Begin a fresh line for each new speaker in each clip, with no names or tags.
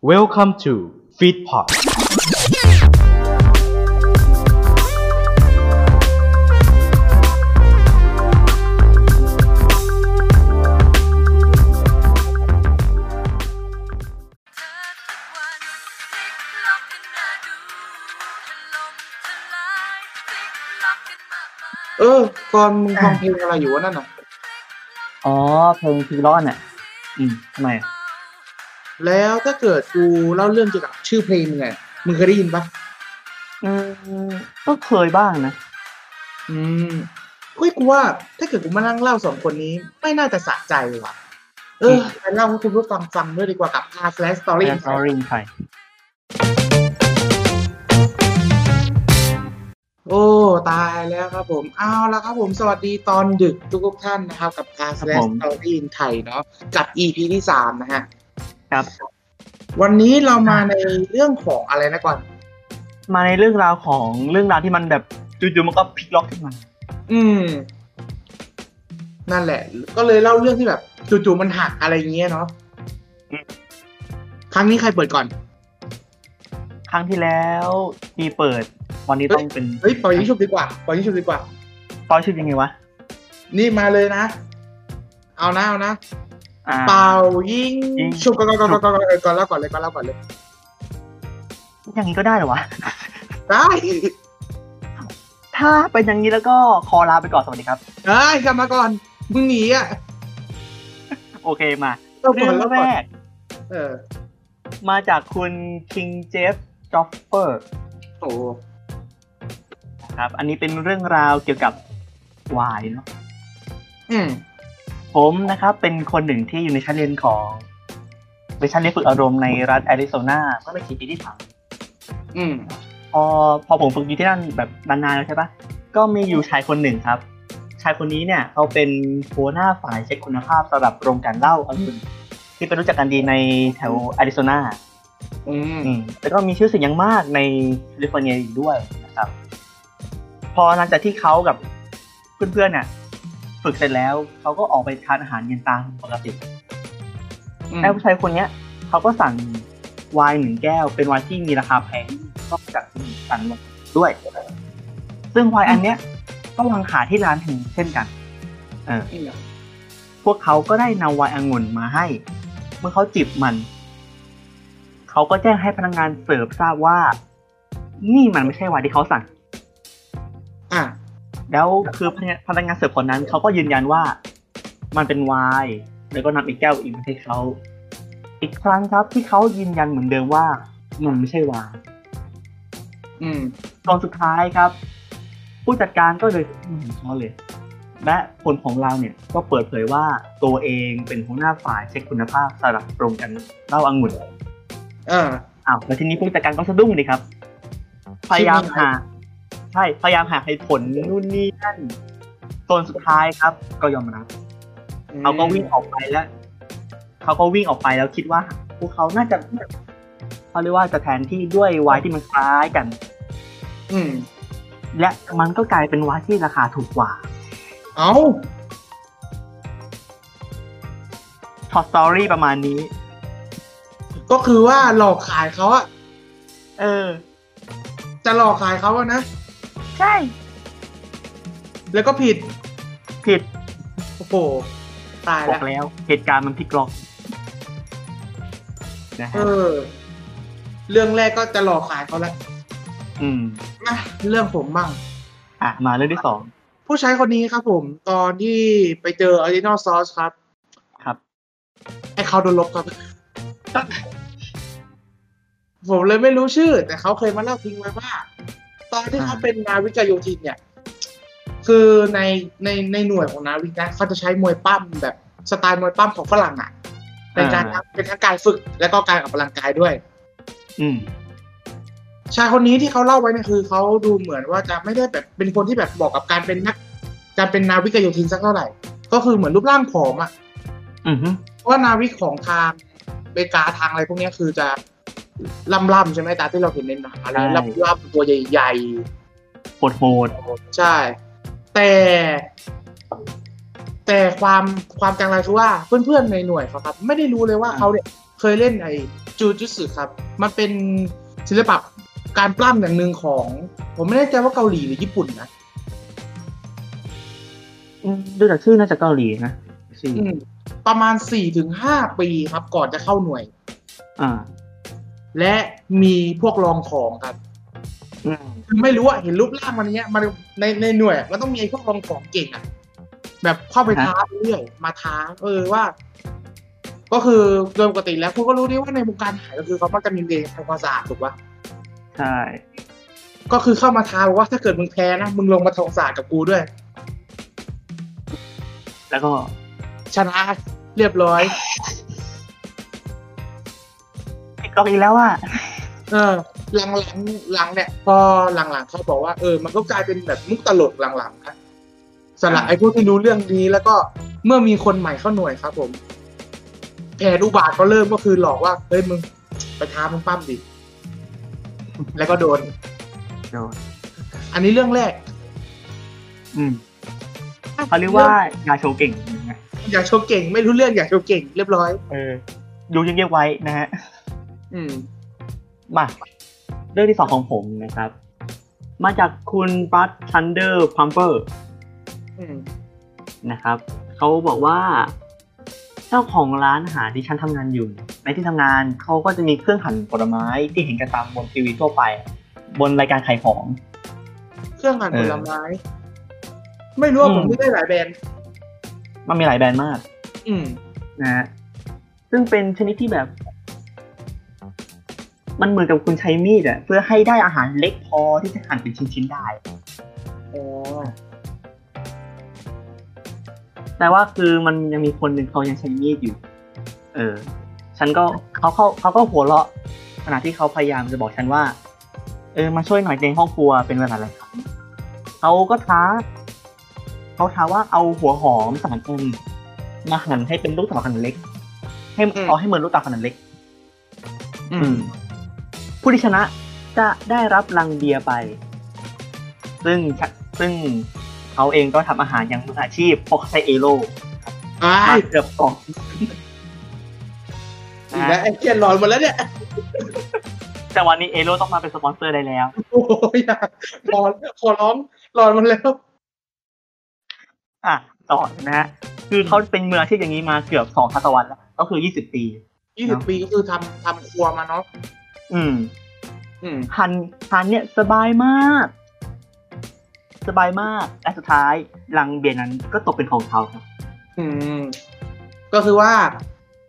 Welcome to Feedpot
เธอทุกวันพลิกล็อกกันมาดูถล่มทลายพลิกล็อกกันมากมาย
เออตอนมึงฟังเพลงอะไรอยู่วะนั่นน่ะ
อ๋อเพลงพีร้อนอ่ะ อืมทำไมอะ
แล้วถ้าเกิดกูเล่าเรื่องเกี่ยวกับชื่อเพลงมึงไงมึงเคยได้ยินปะ
อืมก็เคยบ้างนะ
อืมเฮ้ยกูว่า ถ้าเกิดกูมานั่งเล่าสองคนนี้ ไม่น่าจะสะใจว่ะ เออไปเล่าให้คุณผู้ฟังฟังด้วยดีกว่ากับ R slash story
แอนซอริงไทย
โอ้ตายแล้วครับผมเอาละครับผมสวัสดีตอนดึกทุกๆท่านนะครับ กับ R slash story in ไทยเนาะกับ EP ที่สามนะฮะ
ครับ
วันนี้เรามาในเรื่องของอะไรนะก่อน
มาในเรื่องราวของเรื่องราวที่มันแบบจู่ๆมันก็พลิกล็อกขึ้นมา
อืม นั่นแหละ ก็เลยเล่าเรื่องที่แบบจู่ๆมันหักอะไรอย่างเงี้ยเนาะ
อืม
ครั้งนี้ใครเปิดก่อน
ครั้งที่แล้วที่เปิด วันนี้ต้องเป็น
เฮ้ยปล่อยยิ่งชุบดีกว่าปล่อยยิ่งชุบดีกว่า
ตอนชื่อยังไงวะ
นี่มาเลยนะ เอานะเอานะ
อ่า
เป่ายิง
ยิง
ชุบก่อนก่อนก่อนก่อนก่อนก่อนแล้วก่อนเลยก่อนแล้วก่อนเลย
อย่างนี้ก็ได้เหรอวะ
ได้
ถ้าเป็นอย่างนี้แล้วก็คอลาไปก่อนสวัสดีครับ
ได้กลับมาก่อนมึงหนีอ่ะ
โอเคมา
เราก่
เรื่
อ
อน ง
เรา
แร
ก่อน
ก
เออ
มาจากคุณคิงเจฟจ็อฟเฟอร์
โอ้
นะครับ อันนี้เป็นเรื่องราวเกี่ยวกับวายเนาะ
อืม
ผมนะครับเป็นคนหนึ่งที่อยู่ในชั้นเรียนของเป็นชั้นเรียนฝึกอารมณ์ในรัฐแอริโซนาเมื่อไม่กี่ปีที่ผ่านมา
อืม
พอพอผมฝึกอยู่ที่นั่นแบบนานๆแล้วใช่ปะก็มีอยู่ชายคนหนึ่งครับ ชายคนนี้เนี่ยเขาเป็นหัวหน้าฝ่ายเช็คคุณภาพสำหรับโรงกลันเหล้าอังุ่นที่เป็นรู้จักกันดีในแถวแอริโซนา
อืม
อืมแล้วก็มีชื่อเสียงอย่างมากในแคลิฟอร์เนียอีกด้วยนะครับ พอหลังจากที่เขากับเพื่อนๆเนี่ยฝึกเสร็จแล้วเขาก็ออกไปทานอาหารเย็นตามปกติ
อืม
แล้วผู้ชายคนเนี้ยเขาก็สั่งไวน์หนึ่งแก้ว เป็นไวน์ที่มีราคาแพงนอกจากที่สั่งมาด้วย ซึ่งไวน์อันเนี้ยก็วางขายที่ร้านถึงเช่นกันเออ
อืม
พวกเขาก็ได้นำไวน์องุ่นมาให้ เมื่อเขาจิบมัน เขาก็แจ้งให้พนักงานเสิร์ฟทราบว่า นี่มันไม่ใช่ไวน์ที่เขาสั่ง
อ่ะ
แล้วคือพนักงานเสิร์ฟคนนั้นเขาก็ยืนยันว่ามันเป็นไวน์แล้วก็นำอีกแก้วอีกมาให้เขาอีกครั้งครับที่เขายืนยันเหมือนเดิมว่ามันไม่ใช่ไวน์
อืม
ตอนสุดท้ายครับ ผู้จัดการก็เลยไม่เห็นเขาเลย และคนของเราเนี่ยก็เปิดเผยว่าตัวเองเป็นหัวหน้าฝ่ายเช็คคุณภาพสำหรับโรงกันเหล้าองุ่น
เออ
อ้าวแล้วทีนี้ผู้จัดการก็สะดุ้งเลยครับ พยายามหา ใช่ พยายามหาเหตุผลนู่นนี่นั่นจนสุดท้ายครับ ก็ยอมรับ เขาก็วิ่งออกไปแล้ว เขาก็วิ่งออกไปแล้วคิดว่า พวกเขาน่าจะเขาเรียกว่าจะแทนที่ด้วยไวน์ที่มันคล้ายกัน
อืม
และมันก็กลายเป็นไวน์ที่ราคาถูกกว่า
เอา
ช็อตสตอรี่ประมาณนี้
ก็คือว่าหลอกขายเขาอะ
เออ
จะหลอกขายเขาอะนะ
ใช่
แล้วก็ผิด
ผิด
โอ้โห ตาย
บอ
แล้ว
กแล้ว เหตุการณ์มันพลิกล็อกนะ
เอ
ฮะ
อ เรื่องแรกก็จะหลอกขายเขาแล้ว
อืม
มาเรื่องผมบ้าง
อ่ะ มาเรื่องที่สอง
ผู้ใช้คนนี้ครับผม ตอนที่ไปเจอ original source ครับ
ครับ
ไอเขาโดนลบครับ ผมเลยไม่รู้ชื่อ แต่เขาเคยมาเล่าทิ้งไว้ว่า ตอนที่เขา
อ่า
เป็นนาวิกโยธินเนี่ย คือในในในหน่วยของนาวิกนะเขาจะใช้มวยปั้มแบบสไตล์มวยปั้มของฝรั่งอ่ะเป็นการทำเป็นทั้งการฝึก และก็การออกกำลังกายด้วย
อืม
ชายคนนี้ที่เขาเล่าไว้เนี่ยคือเขาดูเหมือนว่าจะไม่ได้แบบเป็นคนที่แบบเหมาะกับการเป็นนักการเป็นนาวิกโยธินสักเท่าไหร่ ก็คือเหมือนรูปร่างผอมอ่ะ
อืมฮึ
เพราะว่านาวิกของทางอเมริกาทางอะไรพวกเนี้ยคือจะล่ำล่ำๆใช่ไหมตามที่เราเห็นในหนังอะไรล่ำล่ำๆตัวใหญ่
โหดโหด
ๆ ใช่ แต่ แต่ความความจังไรคือว่าเพื่อนๆในหน่วยเขาครับ ไม่ได้รู้เลยว่าเขาเนี่ยเคยเล่นไอ้ จูจุสึครับ มันเป็นศิลปะการปล้ำอย่างหนึ่งของ ผมไม่แน่ใจว่าเกาหลีหรือญี่ปุ่นนะ
อืมดูจากชื่อน่าจะเกาหลีนะชื่อ
อืมประมาณสี่ถึงห้าปีครับ ก่อนจะเข้าหน่วย
อ่า
และมีพวกรองของครับ
อืม
คือไม่รู้อะเห็นรูปร่างมันเนี้ยมันในในหน่วยอะมันต้องมีไอ้พวกรองของเก่งอะแบบเข้าไปท้าเรื่อยมาท้า เออว่า ก็คือโดยปกติแล้วคุณก็รู้ดีว่าในวงการหายก็คือเขามักจะมีเวรทำความสะอาดถูกปะ
ใช่
ก็คือเข้ามาท้าว่าถ้าเกิดมึงแพ้นะมึงลงมาทำความสะอาดกับกูด้วย
แล้วก็
ชนะเรียบร้อย
ติดเกาหลีแล้วอ่ะ
เออหลังหลังหลังเนี่ย พอหลังหลังเขาบอกว่าเออมันก็กลายเป็นแบบมุกตลกหลังๆครับสำหรับไอ้พวกที่รู้เรื่องนี้แล้วก็เมื่อมีคนใหม่เข้าหน่วยครับ ผมแผนอุบาทก็เริ่มก็คือหลอกว่าเฮ้ยมึงไปท้ามึงปั้มดิแล้วก็โดน
โดน
อันนี้เรื่องแรก
อืมเขาเรียกว่ายาโชว์เก่งนะ
อยากโชว์เก่ง ไม่รู้เรื่องอยากโชว์เก่ง เรียบร้อย
เออดูเงียบๆไว้นะฮะ
อืม
มาเรื่องที่สองของผมนะครับ มาจากคุณบัตทันเดอร์พัมเปอร์
อืม
นะครับเขาบอกว่า เจ้าของร้านอาหารที่ฉันทำงานอยู่ ในที่ทำงานเขาก็จะมีเครื่องหั่นผลไม้ที่เห็นกันตามบนทีวีทั่วไป บนรายการขายของ
เครื่องหั่น
เออ
ผลไม้ ไม่รู้ว่า
อืม
ผมไม่ได้หลายแบรนด์
มันมีหลายแบรนด์มาก
อืม
นะฮะซึ่งเป็นชนิดที่แบบ มันเหมือนกับคุณใช้มีดอะเพื่อให้ได้อาหารเล็กพอที่จะหั่นเป็นชิ้นๆได้
อ๋อ
แต่ว่าคือมันยังมีคนหนึ่งเขายังใช้มีดอยู่ เออ ฉันก็เขาเขาเขาก็หัวเราะขณะที่เขาพยายามจะบอกฉันว่า เออมาช่วยหน่อยในห้องครัวเป็นเวลาหลายครั้งเขาก็ท้าเขาท้าว่าเอาหัวหอมสามอันมาหั่นให้เป็นลูกเต๋าขนาดเล็ก ให้
อืม
เอาให้เหมือนลูกเต๋าขนาดเล็ก
อืม
ผู้ที่ชนะจะได้รับลังเบียร์ไป ซึ่งชะซึ่งเขาเองก็ทำอาหารอย่างมืออาชีพเพราะเขาใช้เอโร่
อ้า
มา
ยว
เกือบกล่อง
อีกแล้วไอ้เกียนหลอนหมดแล้วเนี่ย
แต่วันนี้เอโร่ต้องมาเป็นสปอนเซอร์ได้แล้ว
โอ้ยอย่าร้อนขอร้องร้อนมันแล้ว
อ่ะ ต่อนะฮะ คือเขาเป็นมืออาชีพอย่างนี้มาเกือบสองทศวรรษแล้ว ก็คือยี่สิบปี
ยี่สิบปีก็คือทำทำครัวมาเนาะ
อืม
อืม
หันหันเนี่ยสบายมาก สบายมาก และสุดท้ายลังเบียร์นั้นก็ตกเป็นของเขาครับ
อืม ก็คือว่า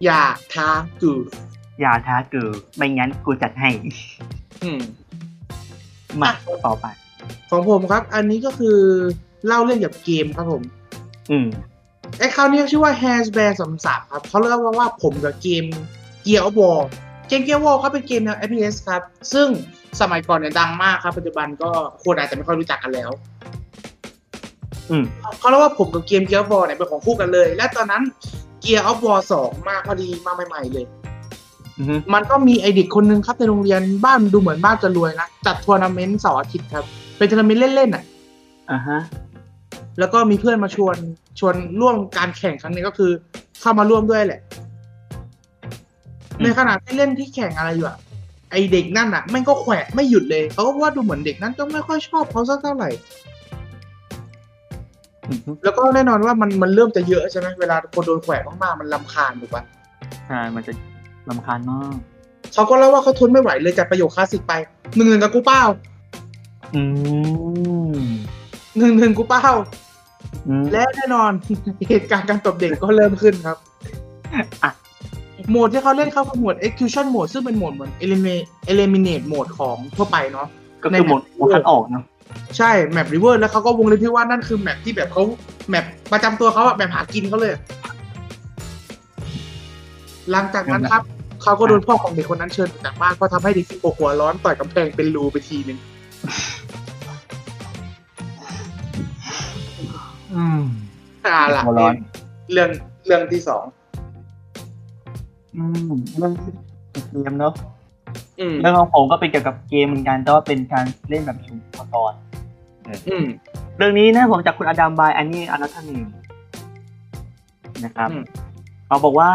อย่าท้ากู
อย่าท้ากูไม่งั้นกูจัดให้
อืม
มาต่อไป
ของผมครับ อันนี้ก็คือเล่าเรื่องเกี่ยวกับเกมครับผม
อืม
ไอ้คราวนี้ชื่อว่า Hash Bear สามสามครับเขาเรียกว่าว่าผมกับเกมเกียร์วอลเกมเกียร์วอลเขาเป็นเกมแนว FPS ครับ ซึ่งสมัยก่อนเนี่ยดังมากครับ ปัจจุบันก็คนอาจจะไม่ค่อยรู้จักกันแล้ว
อืม
เขาเล่าว่าผมกับเกมเกียร์บอลเนี่ยเป็นของคู่กันเลย และตอนนั้นเกียร์ออฟบอลสองมาพอดีมาใหม่ๆเลย
อืม
มันก็มีไอเด็กคนนึงครับในโรงเรียนบ้านดูเหมือนบ้านจะรวยนะ จัดทัวร์นาเมนต์เสาร์อาทิตย์ครับ เป็นทัวร์นาเมนต์เล่นๆอ่ะ
อ่าฮะ
แล้วก็มีเพื่อนมาชวนชวนร่วมการแข่งครั้งนี้ก็คือ เข้ามาร่วมด้วยแหละ
อืม
ในขณะที่เล่นที่แข่งอะไรอยู่อะไอเด็กนั่นอ่ะแม่งก็แขวะไม่หยุดเลยเขาก็ว่าดูเหมือนเด็กนั้นก็ไม่ค่อยชอบเขาสักเท่าไหร่
อืม
แล้วก็แน่นอนว่ามันมันเริ่มจะเยอะใช่ไหมเวลาคนโดนแขวะมากๆมันลำคาญถูกปะ
ใช่ มันจะลำคาญมาก
เขาก็เล่าว่าเขาทนไม่ไหวเลยจากประโยคคลาสสิกไปหนึ่งหนึ่งกับกูเป้า
อืม
หนึ่งหนึ่งกูเป้า
อืม
และแน่นอน เหตุการณ์การตบเด็กก็เริ่มขึ้น ครับ
อ่ะ
โหมดที่เขาเล่นเข้าคือโหมด execution mode ซึ่งเป็นโหมดเหมือน eliminate eliminate mode ของทั่วไปเนาะ
ก็คือหมดหมดคัดออกเนาะ
ใช่ map river แล้วเขาก็วงเล็บที่ว่านั่นคือแมปที่แบบเขาแมปประจำตัวเขาอะแมปหากินเขาเลย หลังจากนั้นครับ เขาก็โดนพ่อของเด็กคนนั้นเชิญออกจากบ้านเพราะทำให้เด็กสิบหกหัวร้อนต่อยกำแพงเป็นรูไปทีหนึ่ง
อืม
อ่าล่ะ
หัวร้อน
เรื่องเรื่องที่สอง
อืมเรื่องเกมเนาะ
อืม
เรื่องของผมก็เป็นเกี่ยวกับเกมเหมือนกันแต่ว่าเป็นการเล่นแบบชุมพร
อืม
เรื่องนี้นะผมจากคุณอดัมบายอันนี้อนัทนิมนะครับ
อืม
เขาบอกว่า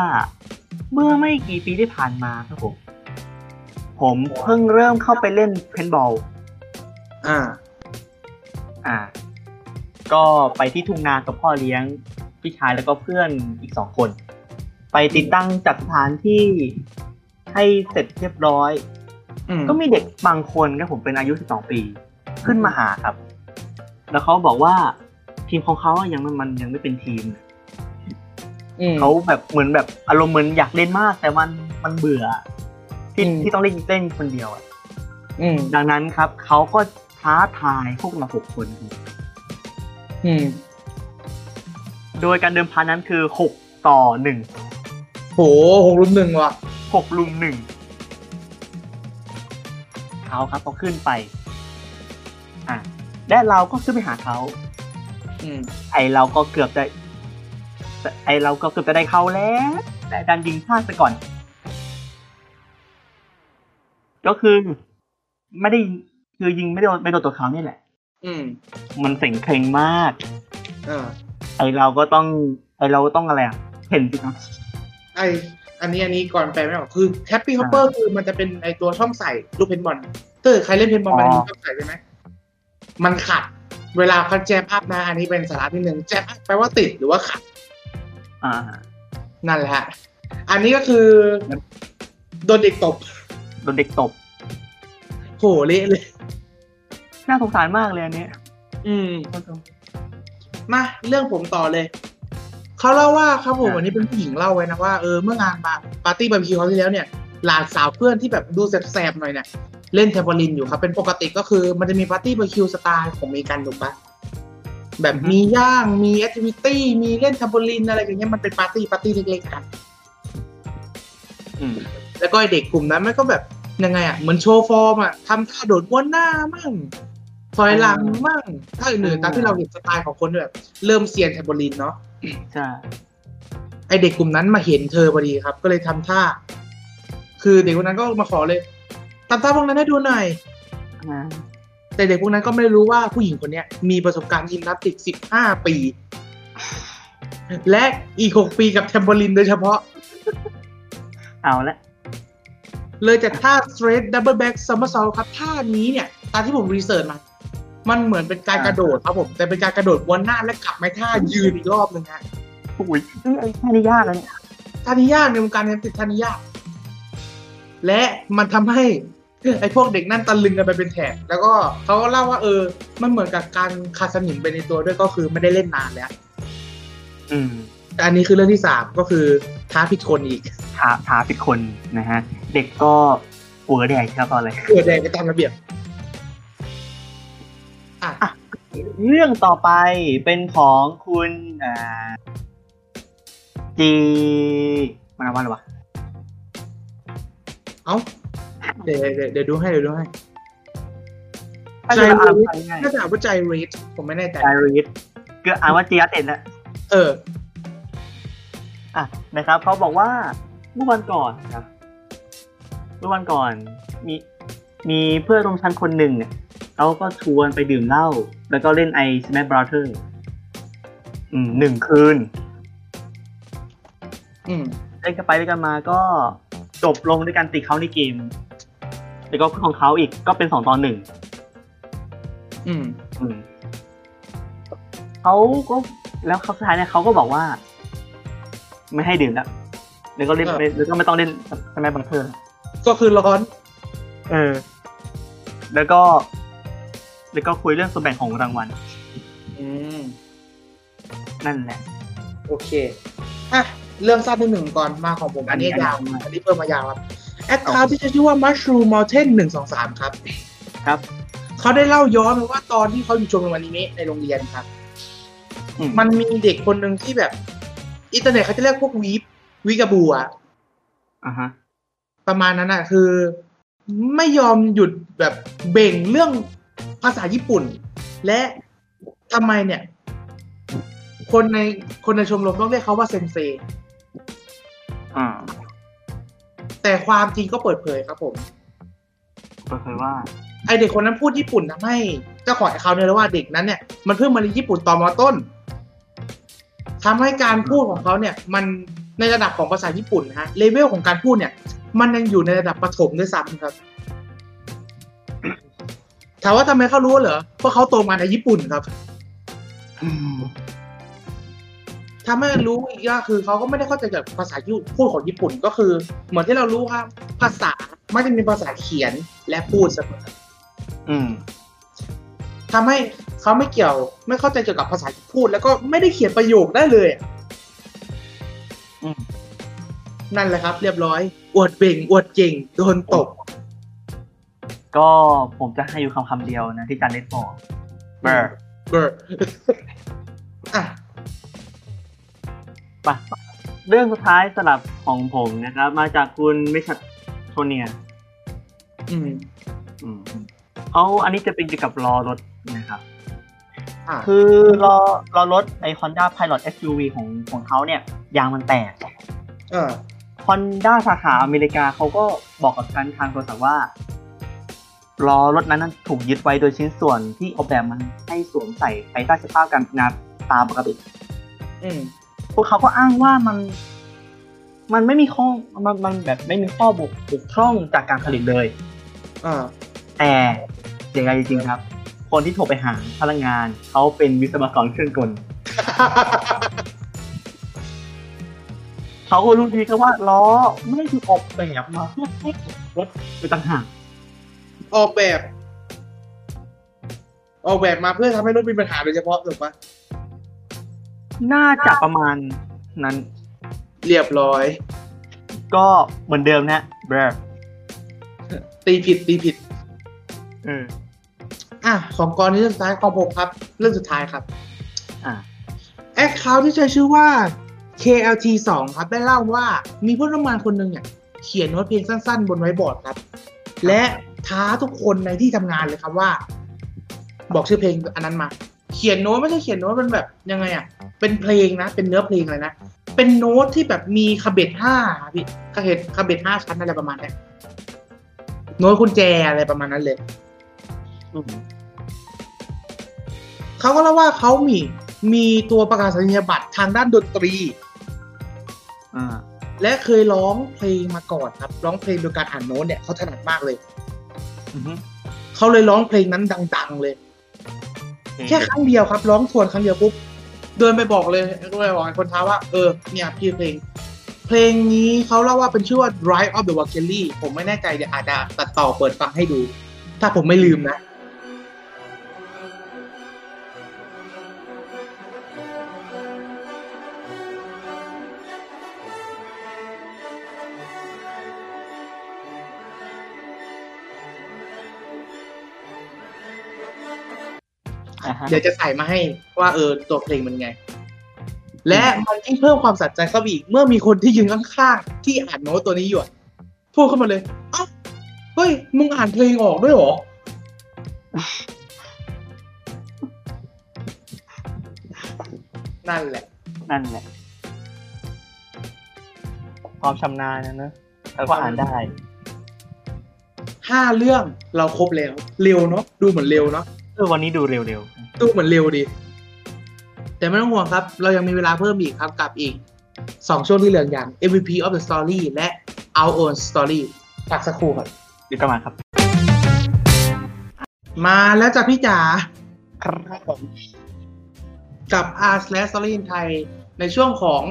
เมื่อไม่กี่ปีที่ผ่านมาครับผม ผมเพิ่งเริ่มเข้าไปเล่นเพนบอล
อ่า
อ่า ก็ไปที่ทุ่งนากับพ่อเลี้ยงพี่ชายแล้วก็เพื่อนอีกสองคน ไปติดตั้งจัดสถานที่ให้เสร็จเรียบร้อย
อืม
ก็มีเด็กบางคนครับผมเป็นอายุ 12 ปี ขึ้นมาหาครับ แล้วเขาบอกว่าทีมของเขาอะยังมันมันยังไม่เป็นทีม
อืม
เขาแบบเหมือนแบบอารมณ์เหมือนอยากเล่นมาก แต่มันมันเบื่อ ที่
อืม
ที่ต้องเล่นเล่นคนเดียวอะ
อืม
ดังนั้นครับเขาก็ท้าทายพวกเราหกคน
อืม
โดยการเดิมพันนั้นคือหกต่อหนึ่ง
โหหกรุมหนึ่งว่ะ
หกลุมหนึ่งเขาครับเขาขึ้นไปอ่ะและเราก็ขึ้นไปหาเขา
อืม
ไอเราก็เกือบจะไอเราก็เกือบจะได้เขาแล้ว แต่ดันยิงพลาดไปก่อน ก็คือ ไม่ได้ยิงคือยิงไม่โดนไม่โดนตัวเขาเนี่ยแหละ
อืม
มันเส็งเครงมาก
อ่า
ไอเราก็ต้อง ไอเราก็ต้องอะไรอ่ะเห็นสิครับ
ไออันนี้อันนี้ก่อนแปลไม่ออกคือแฮปปี้ฮอปเปอร์คือมันจะเป็นไอตัวช่องใส่ลูกเพนบอลเตอร์ใครเล่นเพนบอลมัน
อ๋อ
มีช่องใส่ใช่ไหมมันขัด เวลาเขาแจมอัพนะ อันนี้เป็นสาระนิดนึงแจมอัพแปลว่าติดหรือว่าขัด
อ่า
นั่นแหละฮะ อันนี้ก็คือ โดนเด็กตบ
โดนเด็กตบ
โหเละเลย
น่าสงสารมากเลยอันเนี้ย
อืม มาเรื่องผมต่อเลย เขาเล่าว่าครับผม
อ่ะ
วันนี้เป็นผู้หญิงเล่าไว้นะว่าเออเมื่องานปาปาร์ตี้บาร์บีคิวเขาวที่แล้วเนี่ย หลานสาวเพื่อนที่แบบดูแสบๆหน่อยเนี่ยเล่นเทมโบลินอยู่ครับเป็นปกติก็คือมันจะมีปาร์ตี้บาร์บีคิวสไตล์ของอเมีกันถูกปะแบบมีย่างมีแอคทิวิตี้มีเล่นเทมโบลินอะไรอย่างเงี้ยมันเป็นปาร์ตี้ปาร์ตี้เล็กๆกัน
อืม
แล้วก็ไอ้เด็กกลุ่มนั้นมันก็แบบยังไงอ่ะเหมือนโชว์ฟอร์มอ่ะทำท่าโดดม้วนหน้ามั่งถอยหลังมั่งถ้าอื่นๆตามที่เราเห็นสไตล์ของคนแบบเริ่มเซียนเทมโบลินเนาะ
ใช่
ไอเด็กกลุ่มนั้นมาเห็นเธอพอดีครับ ก็เลยทำท่า คือเด็กคนนั้นก็มาขอเลยทำท่าพวกนั้นให้ดูหน่อย
อ่า
แต่เด็กพวกนั้นก็ไม่รู้ว่าผู้หญิงคนเนี้ยมีประสบการณ์ยิมนาสติก 15 ปี และอีก 6 ปีกับแทมโบลินโดยเฉพาะ
เอาละ
เลยจากท่า straight double back somersault ครับ ท่านี้เนี่ย ตามที่ผมรีเสิร์ชมา มันเหมือนเป็นการกระโดดครับผม แต่เป็นการกระโดดวนหน้าและกลับมาท่ายืนอีกรอบหนึ่งฮะ
อุ้ยเอ้ยเอ้ยแค่นี้ยากแล้วเนี่ย
ทานิยะในวงการยังติดทานิยะและมันทำให้ ไอ้พวกเด็กนั่นตะลึงกันไปเป็นแถบแล้วก็เขาก็เล่าว่าเออ มันเหมือนกับการขาดสนิมไปในตัวด้วยก็คือไม่ได้เล่นนานแล้ว
อืม
แต่อันนี้คือเรื่องที่สามก็คือท้าพิดคนอีก
ท้าท้าผิดคนนะฮะ เด็กก็หัวแดงครับตอนเลย
เกิดแดงไปตามระเบียบอ่ะ
อ่ะ เรื่องต่อไปเป็นของคุณอ่าจีมันว่าอะไรวะ
เอ้าเดี๋ยวเดี๋ยวเดี๋ยวดูให้เดี๋ยวดูให้
ถ้าจะอ่านฟังง่าย
น่าจะอ่านว่าใจเรดผมไม่แน่ใจ
ไดรีดก็อ่านว่าจีอาเต็ดแล้ว
เออ
อ่ะนะครับเขาบอกว่าเมื่อวันก่อนนะครับเมื่อวันก่อนมีมีเพื่อนร่วมชั้นคนหนึ่งเนี่ยเขาก็ชวนไปดื่มเหล้าแล้วก็เล่นไอสแม b บราเธอร์อืมหนึ่งคืน
อืม
เล่นกันไปเล่นกันมาก็จบลงด้วยการติดเขาในเกม แล้วก็เพื่อนของเขาอีกก็เป็นสองตอนหนึ่ง
อืม
อืมเขาก็แล้วเขาสุดท้ายเนี่ยเขาก็บอกว่า ไม่ให้ดื่มแล้วแล้วก็เล่น
เออ
ไม่แล้วก็ไม่ต้องเล่นใช่ไหมบังเทอร์
ก็คือร้อน
เออ แล้วก็ แล้วก็คุยเรื่องส่วนแบ่งของรางวัล
อืม
นั่นแหละ
โอเค อ่ะ เรื่องสั้นที่หนึ่งก่อนมาของผม
อั
อั
น
น
นี้
นี้ยาว
อันนี้
อันนี้เพิ่มมายาวครับ แอคเคาท์ที่ชื่อว่า Mushroom Mountain หนึ่งสองสามครับ
ครับ
เขาได้เล่าย้อนมาว่าตอนที่เขาอยู่ชมรมอนิเมะในโรงเรียนครับ
อื
มันมีเด็กคนหนึ่งที่แบบ อินเทอร์เน็ตเขาจะเรียกพวกวีฟวิกาบูอะ
อ่าฮะ
ประมาณนั้นอะคือ ไม่ยอมหยุดแบบเบ่งเรื่องภาษาญี่ปุ่น และทำไมเนี่ย คนในคนในชมรมต้องเรียกเขาว่าเซนเซ
อ่า
แต่ความจริงก็เปิดเผยครับผม
ก็เคยว่า
ไอเด็กคนนั้นพูดญี่ปุ่นทำให้เจ้าของเขาเนี่ยรู้ว่าเด็กนั้นเนี่ยมันเพิ่งมาเรียนญี่ปุ่นตอนมต้นทำให้การพูดของเขาเนี่ย มันในระดับของภาษาญี่ปุ่นนะฮะเลเวลของการพูดเนี่ย มันยังอยู่ในระดับประถมด้วยซ้ำครับ ถามว่าทำไมเขารู้เหรอ เพราะเขาโตมาในญี่ปุ่นครับ ถ้าไม่รู้อีกก็คือเขาก็ไม่ได้เข้าใจกับภาษาญี่ปุ่นพูดของญี่ปุ่นก็คือ เหมือนที่เรารู้ครับ ภาษาไม่ได้มีภาษาเขียนและพูดเสมอ
อืม
ทำให้เขาไม่เกี่ยว ไม่เข้าใจเกี่ยวกับภาษาที่พูด แล้วก็ไม่ได้เขียนประโยคได้เลยอะ
อืม
นั่นแหละครับ เรียบร้อย อวดเบ่ง อวดเก่งโดนตบ
ก็ผมจะให้อยู่คำคำเดียวนะ ที่จันได้บอกเบอร์
เบอร์อ่ะ
ปะเรื่องสุดท้ายสลับของผมนะครับ มาจากคุณมิชัดโทเนีย
อืม
อืมเขาอันนี้จะเป็นเกี่ยวกับล้อรถนะครับ
อ่ะ
คือล้อล้อรถไอ Honda Pilot SUV ของของเขาเนี่ย ยางมันแตก
เออ
Honda สาขาอเมริกาเขาก็บอกกับการทางโทรศัพท์ว่าล้อรถนั้นนะถูกยึดไว้โดยชิ้นส่วนที่ออกแบบมันให้สวมใส่ภายใต้สภาพการทำงานตามปกติ
อืม
พวกเขาก็อ้างว่ามัน มันไม่มีข้อมันมันแบบไม่มีข้อบกบกพร่องจากการผลิตเลย
อ่า
แต่อย่างไรจริงๆครับ คนที่โทรไปหาพนักงาน เขาเป็นวิศวกรเครื่องกล เขาก็รู้ดีครับว่าล้อไม่ได้ถูกออกแบบมาเพื่อให้ขับรถไปต่างหาก
ออกแบบ ออกแบบมาเพื่อทำให้รถมีปัญหาโดยเฉพาะถูกปะ
น่าจะประมาณนั้น
เรียบร้อย
ก็เหมือนเดิมนะเบร
ตีผิดตีผิด
เออ
อ่ะ ของกรณีเรื่องสุดท้ายของผมครับ เรื่องสุดท้ายครับ
อ่ะ
แอคเคาท์ที่ใช้ชื่อว่า KLT 2ครับ ได้เล่าว่ามีผู้ร่วมงานคนหนึ่งเนี่ย เขียนโน้ตเพลงสั้นๆ บนไว้บอร์ดครับ และท้าทุกคนในที่ทำงานเลยครับว่า บอกชื่อเพลงอันนั้นมา เขียนโน้ตไม่ใช่เขียนโน้ตเป็นแบบยังไงอ่ะ เป็นเพลงนะ เป็นเนื้อเพลงเลยนะ เป็นโน้ตที่แบบมีคาเบ็ดห้าพี่คาเบ็ดคาเบ็ดห้าชั้นอะไรประมาณเนี้ยโน้ตกุญแจอะไรประมาณนั้นเลย เขาก็เล่าว่าเขามีมีตัวประกาศนียบัตรทางด้านดนตรี
อ่า
และเคยร้องเพลงมาก่อนครับร้องเพลงโดยการอ่านโน้ตเนี่ยเขาถนัดมากเลย
อือฮึ
เขาเลยร้องเพลงนั้นดัง ๆ เลย แค่ครั้งเดียวครับร้องทวนครั้งเดียวปุ๊บเดินไปบอกเลยก็เลยบอกไอ้คนท้าว่าเออเนี่ยพี่เพลง เพลงนี้เขาเล่าว่าเป็นชื่อว่า Drive of the w a l k e r y ผมไม่แน่ใจเดี๋ยวอาจจะตัดต่อเปิดฟังให้ดู ถ้าผมไม่ลืมนะ
อ่าฮะ
เดี๋ยวจะใส่มาให้ว่าเออตัวเพลงมันไง และมันยิ่งเพิ่มความสัใจเข้าไปอีก เมื่อมีคนที่ยืนข้างๆที่อ่านโน้ตตัวนี้อยู่อะพูดเข้ามาเลยเอ้าเฮ้ย มึงอ่านเพลงออกด้วยเหรอ นั่นแหละ
นั่นแหละความชำนาญนะเนอะแล้วก็อ่านได้
ห้าเรื่องเราครบแล้ว เร็วเนาะดูเหมือนเร็วเนาะ
เออวันนี้ดูเร็ว
ดูเหมือนเร็วดี แต่ไม่ต้องห่วงครับ เรายังมีเวลาเพิ่มอีกครับกับอีก 2 ช่วงที่เหลืออย่าง MVP of the Story และ Our Own Story พักสักครู่ครับ
ๆเดี๋ยวกลับมาครับ
มาแล้วจ้ะพี่จ๋า
ครับผม
กับ R slash Story in Thai ในช่วงของ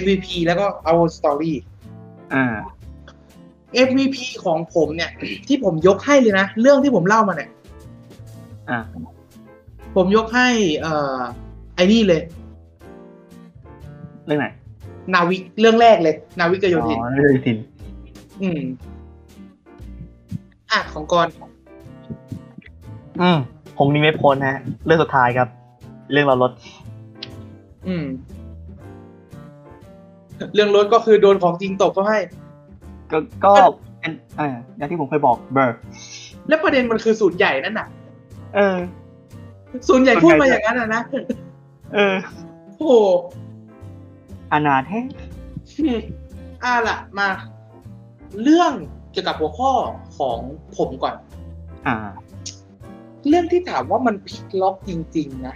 MVP แล้วก็ Our Own Story
อ่า
MVP ของผมเนี่ย ที่ผมยกให้เลยนะ เรื่องที่ผมเล่ามาเนี่ย
อ่า
ผมยกให้เอ่อไอ้นี่เลย
เรื่องไหน
นาวิกเรื่องแรกเลย นาวิกกโยธิน
อ๋อเรื่องโยธิน
อืมอ่ะของกรณ์
อืมผมนี่ไม่พ้นฮะ เรื่องสุดท้ายครับ เรื่องเรารถ
อืม เรื่องรถก็คือโดนของจริงตบเขาให้
ก็ก็เป็นอ่าอย่างที่ผมเคยบอกเบอร์
และประเด็นมันคือศูนย์ใหญ่นั่นน่ะ
เออ
ศูนย์ใหญ่พูดมา
ศูนย์
อ
ใหญ่
ย่างนั้นน่ะนะ
เออ
โอ้โห
อานาแท้
อ่ะล่ะ มา เรื่องเกี่ยวกับหัวข้อของผมก่อน
อ่า
เรื่องที่ถามว่ามันพลิกล็อกจริง ๆ นะ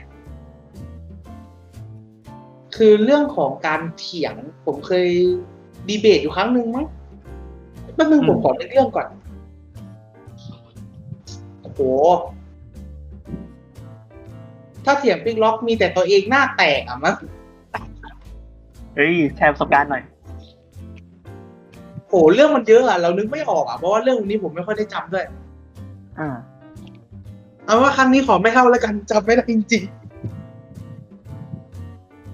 คือเรื่องของการเถียง ผมเคยดีเบตอยู่ครั้งหนึ่งมั้ง นั่นนึง
อืม
ผมขอในเรื่องก่อน โอ้โห ถ้าเสียงปิ๊กล็อกมีแต่ตัวเองหน้าแตกอ่ะมั้ง
เฮ้ยแชร์ประสบการณ์หน่อย
โหเรื่องมันเยอะอ่ะ เรานึกไม่ออกอ่ะ เพราะว่าเรื่องนี้ผมไม่ค่อยได้จำด้วย
อ่า
เอาว่าครั้งนี้ขอไม่เข้าแล้วกันจำไม่ได้จริง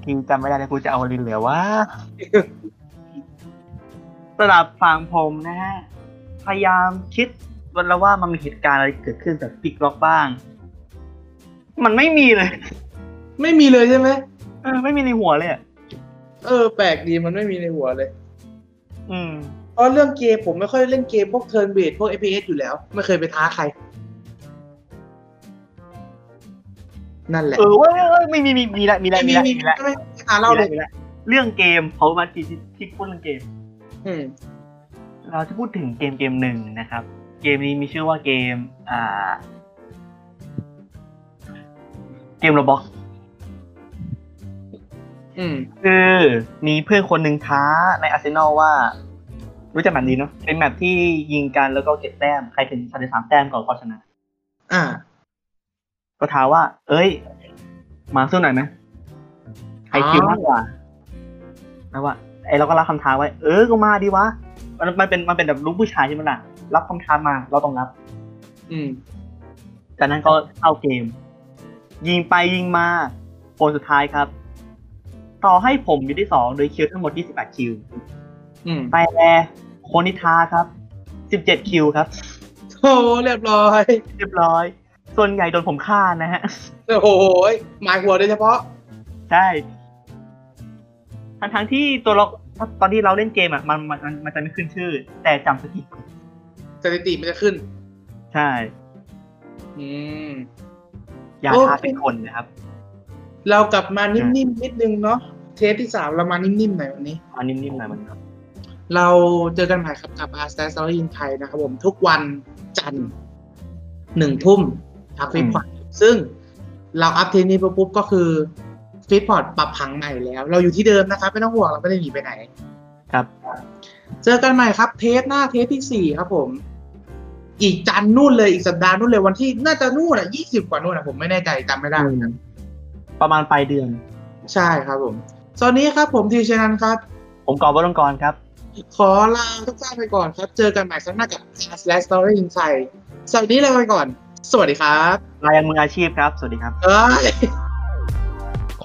กูจำไม่ได้เลยกูจะเอาลินเหลือว่าสำหรับฝั่งผมนะฮะ พยายามคิดวันละว่ามันมีเหตุการณ์อะไรเกิดขึ้นจากปิกล็อกบ้าง มันไม่มีเลย
ๆ ไม่มีเลยใช่ไหม
เออไม่มีในหัวเลยอะ
เออ แปลกดีมันไม่มีในหัวเลย
อืม
เพราะเรื่องเกมผมไม่ค่อยเล่นเกมพวกเทิร์นเบดพวก FPS อยู่แล้ว ไม่เคยไปท้าใคร นั่นแหละ
เออเว้ยเว้ยไม่มีมีมีละมีละมีละมีละ
ใช่ไหมอ่าเล่าเลย
มีละเรื่องเกมเขามาที่ที่พูดเรื่องเกม
อืม
เราจะพูดถึงเกมเกมหนึ่งนะครับ เกมนี้มีชื่อว่าเกม อ่า เกมโรบอก
อืม
คือมีเพื่อนคนหนึ่งท้าในอาร์เซนอลว่า รู้จักแมปนี้เนาะเป็นแมปที่ยิงกันแล้วก็เก็บแต้ม ใครถึงสามสามแต้มก่อนก็ชนะ
อ่า
ก็ท้าว่า เอ้ย มาสู้หน่อยไหมใครคิวมากกว่าแล้วว่าไอเราก็รับคำท้าไว้ เออก็มาดีวะมันมันเป็นมันเป็นแบบรู้ผู้ชายใช่ไหมล่ะรับคำท้ามาเราต้องรับ
อืม
จากนั้นก็เข้าเกม ยิงไปยิงมาผลสุดท้ายครับ ต่อให้ผมอยู่ที่สองโดยคิวทั้งหมด28คิว
อืม
แต่คนนิทาครับ 17 คิวครับ
โอ้เรียบร้อย
เรียบร้อย ส่วนใหญ่โดนผมฆ่านะ ฮะ
โอ้โหยหมายหัวโดยเฉพาะ
ใช่ทั้งทั้งๆที่ตัวเราตอนที่เราเล่นเกมอ่ะมันมันมันมันจะไม่ขึ้นชื่อ แต่จำสกิล
สถิติมันจะขึ้น
ใช่
อืม
อย่า
โอเค
ฆ่าเป็นคนนะครับ
เรากลับมานิ่มๆนิดนึงเนาะ เทสที่สามเรามานิ่มๆหน่อยวันนี้
เอานิ่มๆหน่อยมันครับ
เราเจอกันใหม่ครับกับ a r s t a r s t o r y in Thai นะครับผมทุกวันจันทร์หนึ่งทุ่มทางฟีดพอร์ตซึ่งเราอัปเทรนนี้ไปปุ๊บก็คือฟีดพอร์ตปรับผังใหม่แล้ว เราอยู่ที่เดิมนะครับ ไม่ต้องห่วงเราไม่ได้หนีไปไหน
ครับ
เจอกันใหม่ครับ เทสหน้าเทสที่สี่ครับผม อีกจันทร์นู่นเลยอีกสัปดาห์นู่นเลยวันที่น่าจะนู่นอ่ะยี่สิบกว่านู่นอ่ะผมไม่แน่ใจจำไม่ได้
ประมาณปลายเดือน
ใช่ครับผมตอนนี้ครับผมทีชนันครับ
ผมกอบวรงกรครับ
ขอลาทุกท่านไปก่อนครับ เจอกันใหม่ครั้งหน้ากับ a s l a s h Story Insight สวัสดีเราไปก่อน สวัสดีครับ
รายงานมืออาชีพครับ สวัสดีครับ
เอ้ย
ข